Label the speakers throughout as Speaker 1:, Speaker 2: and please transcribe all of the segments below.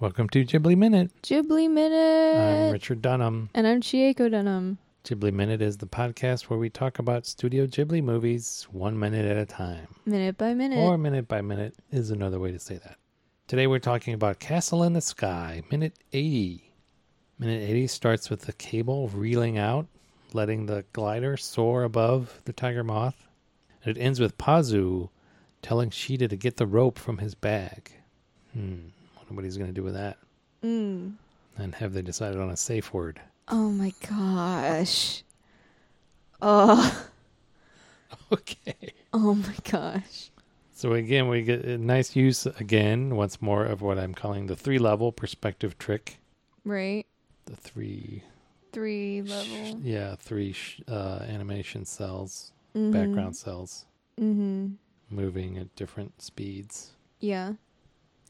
Speaker 1: Welcome to Ghibli Minute.
Speaker 2: Ghibli Minute.
Speaker 1: I'm Richard Dunham.
Speaker 2: And I'm Chieko Dunham.
Speaker 1: Ghibli Minute is the podcast where we talk about Studio Ghibli movies one minute at a time.
Speaker 2: Minute by minute.
Speaker 1: Or minute by minute is another way to say that. Today we're talking about Castle in the Sky, minute 80. Minute 80 starts with the cable reeling out, letting the glider soar above the tiger moth. And it ends with Pazu telling Shida to get the rope from his bag. Hmm, wonder what he's going to do with that.
Speaker 2: Mm.
Speaker 1: And have they decided on a safe word?
Speaker 2: Oh my gosh. Oh,
Speaker 1: Okay.
Speaker 2: oh my gosh.
Speaker 1: So again, we get a nice use again, once more, of what I'm calling the three level perspective trick.
Speaker 2: Right?
Speaker 1: The three,
Speaker 2: Three
Speaker 1: sh-
Speaker 2: level.
Speaker 1: yeah, three sh- uh, animation cells,
Speaker 2: Mhm.
Speaker 1: background cells,
Speaker 2: Mhm.
Speaker 1: moving at different speeds.
Speaker 2: Yeah.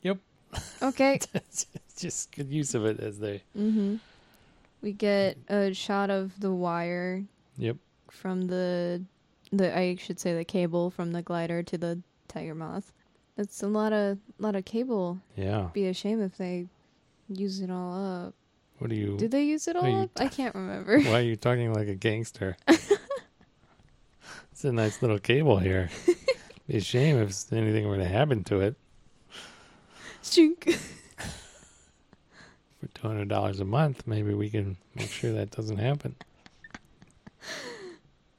Speaker 1: Yep.
Speaker 2: Okay.
Speaker 1: Just good use of it as they.
Speaker 2: mhm. We get a shot of the wire
Speaker 1: Yep.
Speaker 2: from the the I should say the cable from the glider to the tiger moth. That's a lot of lot of cable.
Speaker 1: Yeah.
Speaker 2: Be a shame if they use it all up.
Speaker 1: What are you?
Speaker 2: Did they use it all
Speaker 1: you
Speaker 2: up? I can't remember.
Speaker 1: Why are you talking like a gangster? it's a nice little cable here. Be a shame if anything were to happen to it.
Speaker 2: Shink.
Speaker 1: for two hundred dollars a month, maybe we can make sure that doesn't happen.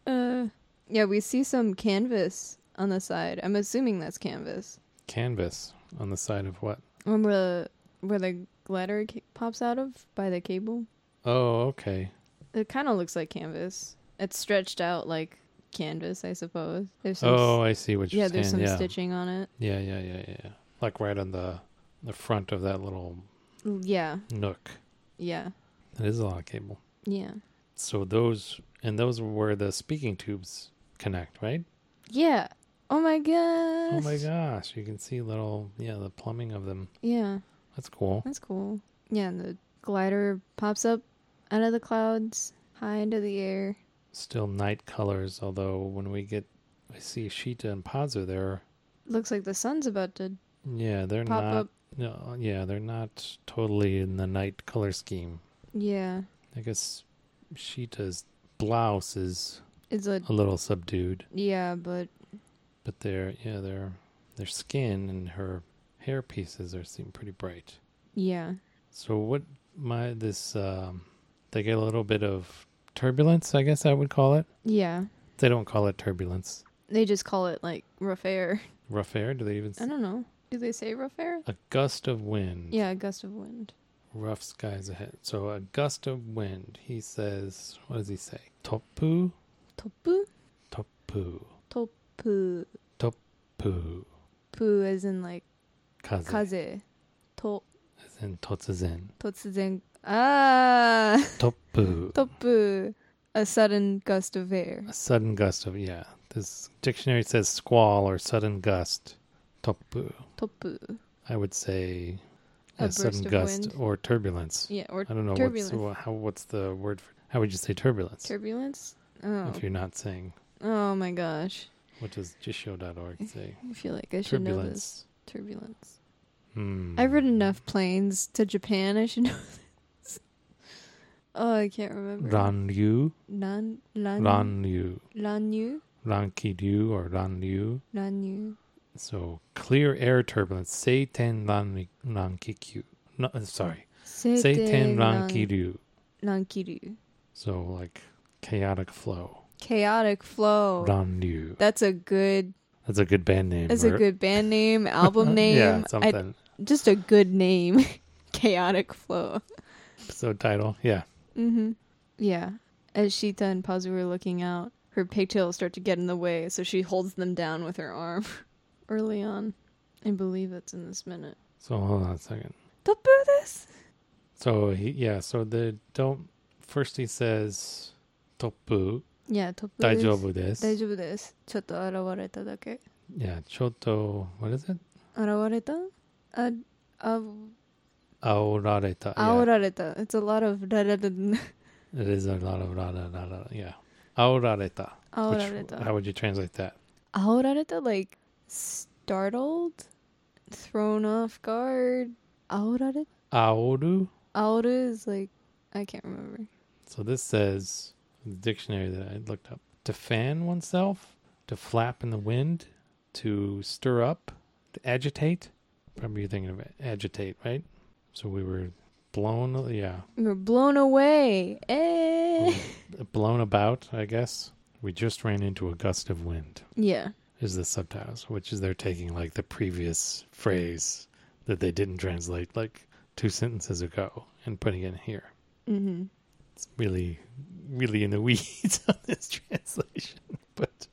Speaker 2: Uh, yeah, we see some canvas on the side. I'm assuming that's canvas.
Speaker 1: Canvas on the side of what?
Speaker 2: When the where the glider ca- pops out of by the cable,
Speaker 1: Oh, okay.
Speaker 2: it kind of looks like canvas. It's stretched out like canvas, I suppose. There's some s-
Speaker 1: Oh, I see what you're
Speaker 2: yeah,
Speaker 1: saying.
Speaker 2: there's some
Speaker 1: yeah.
Speaker 2: stitching on it.
Speaker 1: yeah, yeah, yeah, yeah, yeah. Like right on the the front of that little
Speaker 2: L- Yeah,
Speaker 1: nook.
Speaker 2: yeah,
Speaker 1: That is a lot of cable.
Speaker 2: yeah,
Speaker 1: So those and those were where the speaking tubes connect, right?
Speaker 2: yeah. Oh my gosh.
Speaker 1: Oh my gosh, you can see little yeah the plumbing of them.
Speaker 2: Yeah.
Speaker 1: That's cool.
Speaker 2: That's cool. Yeah, and the glider pops up out of the clouds, high into the air.
Speaker 1: Still night colors, although when we get I see Sheeta and Pazu, they're
Speaker 2: Looks like the sun's about to
Speaker 1: yeah they're
Speaker 2: pop
Speaker 1: not
Speaker 2: up.
Speaker 1: No, yeah, they're not totally in the night color scheme.
Speaker 2: Yeah.
Speaker 1: I guess Sheeta's blouse is
Speaker 2: It's a
Speaker 1: a little subdued,
Speaker 2: yeah, but
Speaker 1: but their yeah, their their skin and her hair pieces are seem pretty bright.
Speaker 2: yeah.
Speaker 1: So what my this um they get a little bit of turbulence, I guess I would call it.
Speaker 2: Yeah.
Speaker 1: They don't call it turbulence.
Speaker 2: They just call it like rough air.
Speaker 1: Rough air, do they even
Speaker 2: I
Speaker 1: say
Speaker 2: don't know. Do they say rough air?
Speaker 1: a gust of wind.
Speaker 2: Yeah, gust of wind.
Speaker 1: Rough skies ahead. So a gust of wind. He says what does he say? Topu
Speaker 2: Topu?
Speaker 1: topu.
Speaker 2: Topu.
Speaker 1: Poo.
Speaker 2: Pu as in like
Speaker 1: Kaze.
Speaker 2: kaze. To
Speaker 1: As in totsuzen.
Speaker 2: totsuzen. Ah.
Speaker 1: Topu.
Speaker 2: Topu. A sudden gust of air.
Speaker 1: A sudden gust of, yeah. This dictionary says squall or sudden gust. Topu.
Speaker 2: Topu.
Speaker 1: I would say
Speaker 2: A
Speaker 1: a,
Speaker 2: burst
Speaker 1: sudden
Speaker 2: of
Speaker 1: gust
Speaker 2: wind.
Speaker 1: or turbulence.
Speaker 2: Yeah, or
Speaker 1: I don't know what's,
Speaker 2: turbulence.
Speaker 1: wha- how, what's the word for, how would you say turbulence?
Speaker 2: Turbulence? Oh.
Speaker 1: If you're not saying,
Speaker 2: Oh my gosh.
Speaker 1: what does jisho.org say?
Speaker 2: I feel like I should know this.
Speaker 1: Turbulence.
Speaker 2: Turbulence.
Speaker 1: Hmm.
Speaker 2: I've ridden enough planes to Japan. I should know this. Oh, I can't remember.
Speaker 1: Ranryu,
Speaker 2: Lan. Lan.
Speaker 1: ranryu,
Speaker 2: Lanyu.
Speaker 1: rankiryu or ranryu.
Speaker 2: Lanyu.
Speaker 1: So clear air turbulence, seiten ran rankikyu. No, uh, sorry, seiten rankiryu.
Speaker 2: Lankiru.
Speaker 1: So like chaotic flow,
Speaker 2: Chaotic Flow.
Speaker 1: ranryu.
Speaker 2: That's a good.
Speaker 1: That's a good band name.
Speaker 2: Oh. That's a
Speaker 1: or-
Speaker 2: good band name, album name.
Speaker 1: yeah,
Speaker 2: I-
Speaker 1: something.
Speaker 2: just a good name. Chaotic Flow.
Speaker 1: So title, yeah.
Speaker 2: Mm-hmm. Yeah. As Shita and Pazu were looking out, her pigtails start to get in the way, so she holds them down with her arm early on. I believe that's in this minute.
Speaker 1: So hold on a second.
Speaker 2: Don't do this!
Speaker 1: So he, yeah. So the don't. First he says, "Topu
Speaker 2: Yeah, topu
Speaker 1: daijobu desu."
Speaker 2: 大丈夫ですちょっと現れただけ
Speaker 1: Yeah, choto. What is it?
Speaker 2: 現れたあ、あ、
Speaker 1: Aorareta. Oh, Yeah,
Speaker 2: 煽られた It's a lot of らら らら
Speaker 1: it is a lot of ra ra ra ra. Yeah, aorareta.
Speaker 2: 煽
Speaker 1: Which,
Speaker 2: られた
Speaker 1: how would you translate that?
Speaker 2: 煽られた like startled thrown off guard 煽られ
Speaker 1: Aoru.
Speaker 2: Aoru is like, I can't remember.
Speaker 1: So this says the dictionary that I looked up: to fan oneself, to flap in the wind, to stir up, to agitate. Remember you thinking of agitate, right? So we were blown, yeah,
Speaker 2: We were blown away. Eh.
Speaker 1: Mm-hmm. blown about. I guess we just ran into a gust of wind.
Speaker 2: Yeah.
Speaker 1: Is the subtitles, which is they're taking like the previous phrase that they didn't translate like two sentences ago and putting it here.
Speaker 2: Mm-hmm.
Speaker 1: it's really really in the weeds on this translation but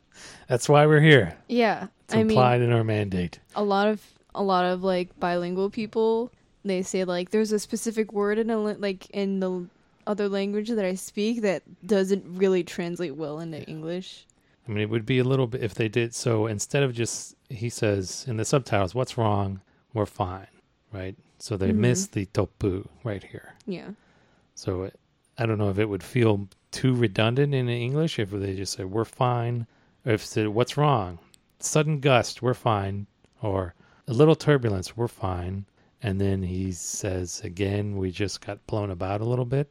Speaker 1: that's why we're here
Speaker 2: Yeah.
Speaker 1: it's
Speaker 2: I mean,
Speaker 1: implied in our mandate
Speaker 2: a lot of a lot of like bilingual people they say like there's a specific word in a la- like in the other language that I speak that doesn't really translate well into English.
Speaker 1: i mean it would be a little bit if they did so instead of just he says in the subtitles what's wrong we're fine right so they
Speaker 2: Mhm.
Speaker 1: missed the topu right here
Speaker 2: Yeah.
Speaker 1: so it, i don't know if it would feel too redundant in english if they just said we're fine or if it said what's wrong sudden gust we're fine or a little turbulence we're fine and then he says again we just got blown about a little bit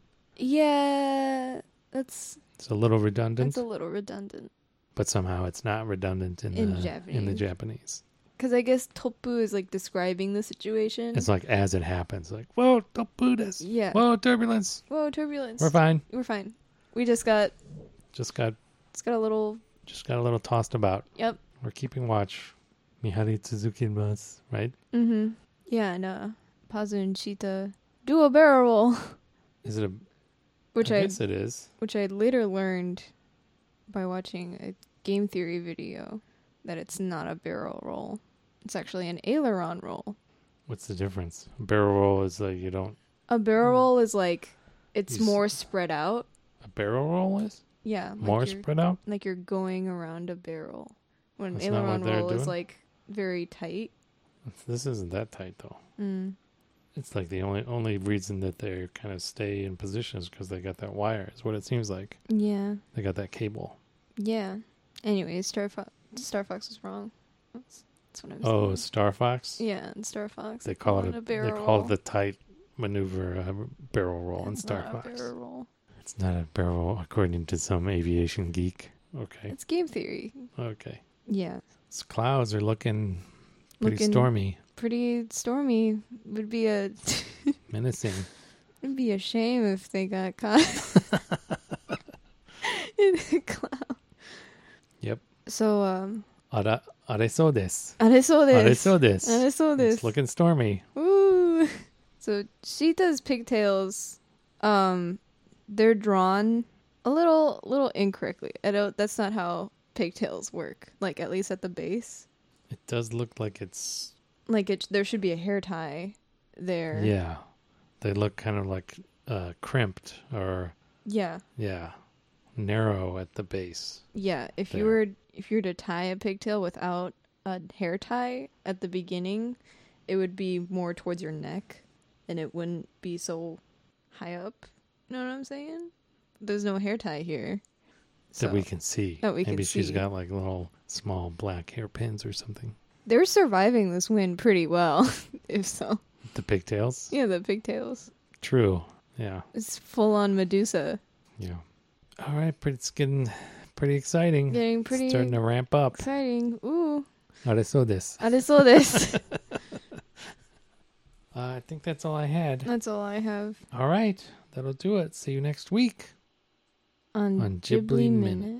Speaker 2: Yeah, that's
Speaker 1: it's a little
Speaker 2: that's
Speaker 1: redundant
Speaker 2: a little redundant
Speaker 1: but somehow it's not redundant in,
Speaker 2: In
Speaker 1: the in the
Speaker 2: Japanese.
Speaker 1: japanese
Speaker 2: cuz I guess topu is like describing the situation.
Speaker 1: it's like as it happens like whoa don't boot us
Speaker 2: yeah.
Speaker 1: whoa turbulence
Speaker 2: Whoa, turbulence.
Speaker 1: we're fine
Speaker 2: We're fine. We just got
Speaker 1: just got
Speaker 2: it's got a little
Speaker 1: just got a little tossed about
Speaker 2: yep.
Speaker 1: we're keeping watch mihari tsuzuki mas right
Speaker 2: Mhm. Yeah, no. Pazu and Chita do a barrel roll,
Speaker 1: Is it a?
Speaker 2: which
Speaker 1: I
Speaker 2: I
Speaker 1: guess it is.
Speaker 2: which I later learned by watching a game theory video that it's not a barrel roll. It's actually an aileron roll.
Speaker 1: What's the difference? Barrel roll is like you don't.
Speaker 2: A barrel
Speaker 1: Hmm.
Speaker 2: roll is like it's
Speaker 1: You s-
Speaker 2: more spread out.
Speaker 1: A barrel roll is
Speaker 2: Yeah, like
Speaker 1: more
Speaker 2: you're,
Speaker 1: spread out.
Speaker 2: like you're going around a barrel. When an
Speaker 1: That's not what
Speaker 2: aileron
Speaker 1: they're
Speaker 2: roll is
Speaker 1: doing?
Speaker 2: like very tight.
Speaker 1: This isn't that tight though.
Speaker 2: Mm.
Speaker 1: It's like the only only reason that they kind of stay in position is because they got that wire. Is what it seems like.
Speaker 2: Yeah,
Speaker 1: They got that cable.
Speaker 2: yeah. Anyways, Star Fox Star Fox was wrong. That's, that's what I'm saying.
Speaker 1: Oh, Star Fox.
Speaker 2: yeah, and Star Fox.
Speaker 1: They call it
Speaker 2: not
Speaker 1: a,
Speaker 2: barrel
Speaker 1: they call
Speaker 2: roll.
Speaker 1: it the tight maneuver uh, barrel roll in
Speaker 2: It's
Speaker 1: Star
Speaker 2: not a
Speaker 1: Fox.
Speaker 2: barrel roll.
Speaker 1: It's not a barrel roll, according to some aviation geek. Okay,
Speaker 2: It's game theory.
Speaker 1: okay.
Speaker 2: Yeah.
Speaker 1: It's clouds are looking pretty
Speaker 2: Looking-
Speaker 1: stormy,
Speaker 2: pretty stormy. Would be a
Speaker 1: menacing.
Speaker 2: it'd be a shame if they got caught in the cloud.
Speaker 1: Yep.
Speaker 2: So um
Speaker 1: Ara, areso desu.
Speaker 2: areso this.
Speaker 1: Areso desu.
Speaker 2: Areso
Speaker 1: It's
Speaker 2: this.
Speaker 1: looking stormy.
Speaker 2: Ooh. So Sheeta's pigtails um they're drawn a little little incorrectly. I don't that's not how pigtails work. Like at least at the base.
Speaker 1: It does look like it's
Speaker 2: Like it there should be a hair tie there.
Speaker 1: yeah. They look kind of like uh crimped or
Speaker 2: Yeah.
Speaker 1: yeah, narrow at the base.
Speaker 2: Yeah, if you
Speaker 1: there.
Speaker 2: were if you were to tie a pigtail without a hair tie at the beginning, it would be more towards your neck, and it wouldn't be so high up. You know what I'm saying? There's no hair tie here. So
Speaker 1: that we can see.
Speaker 2: that we can
Speaker 1: Maybe she's
Speaker 2: see.
Speaker 1: got like little small black hairpins or something.
Speaker 2: they're surviving this wind pretty well, if so.
Speaker 1: The pigtails?
Speaker 2: Yeah, the pigtails.
Speaker 1: True. Yeah.
Speaker 2: It's full on Medusa.
Speaker 1: Yeah. All right, pretty it's getting pretty exciting.
Speaker 2: Getting
Speaker 1: Mm. It's
Speaker 2: pretty
Speaker 1: starting to ramp up.
Speaker 2: exciting. Ooh,
Speaker 1: Areso desu.
Speaker 2: I just saw this.
Speaker 1: Uh, I think that's all I had.
Speaker 2: That's all I have
Speaker 1: All right, that'll do it. See you next week.
Speaker 2: on,
Speaker 1: On
Speaker 2: Ghibli,
Speaker 1: Ghibli Minute.
Speaker 2: Minute.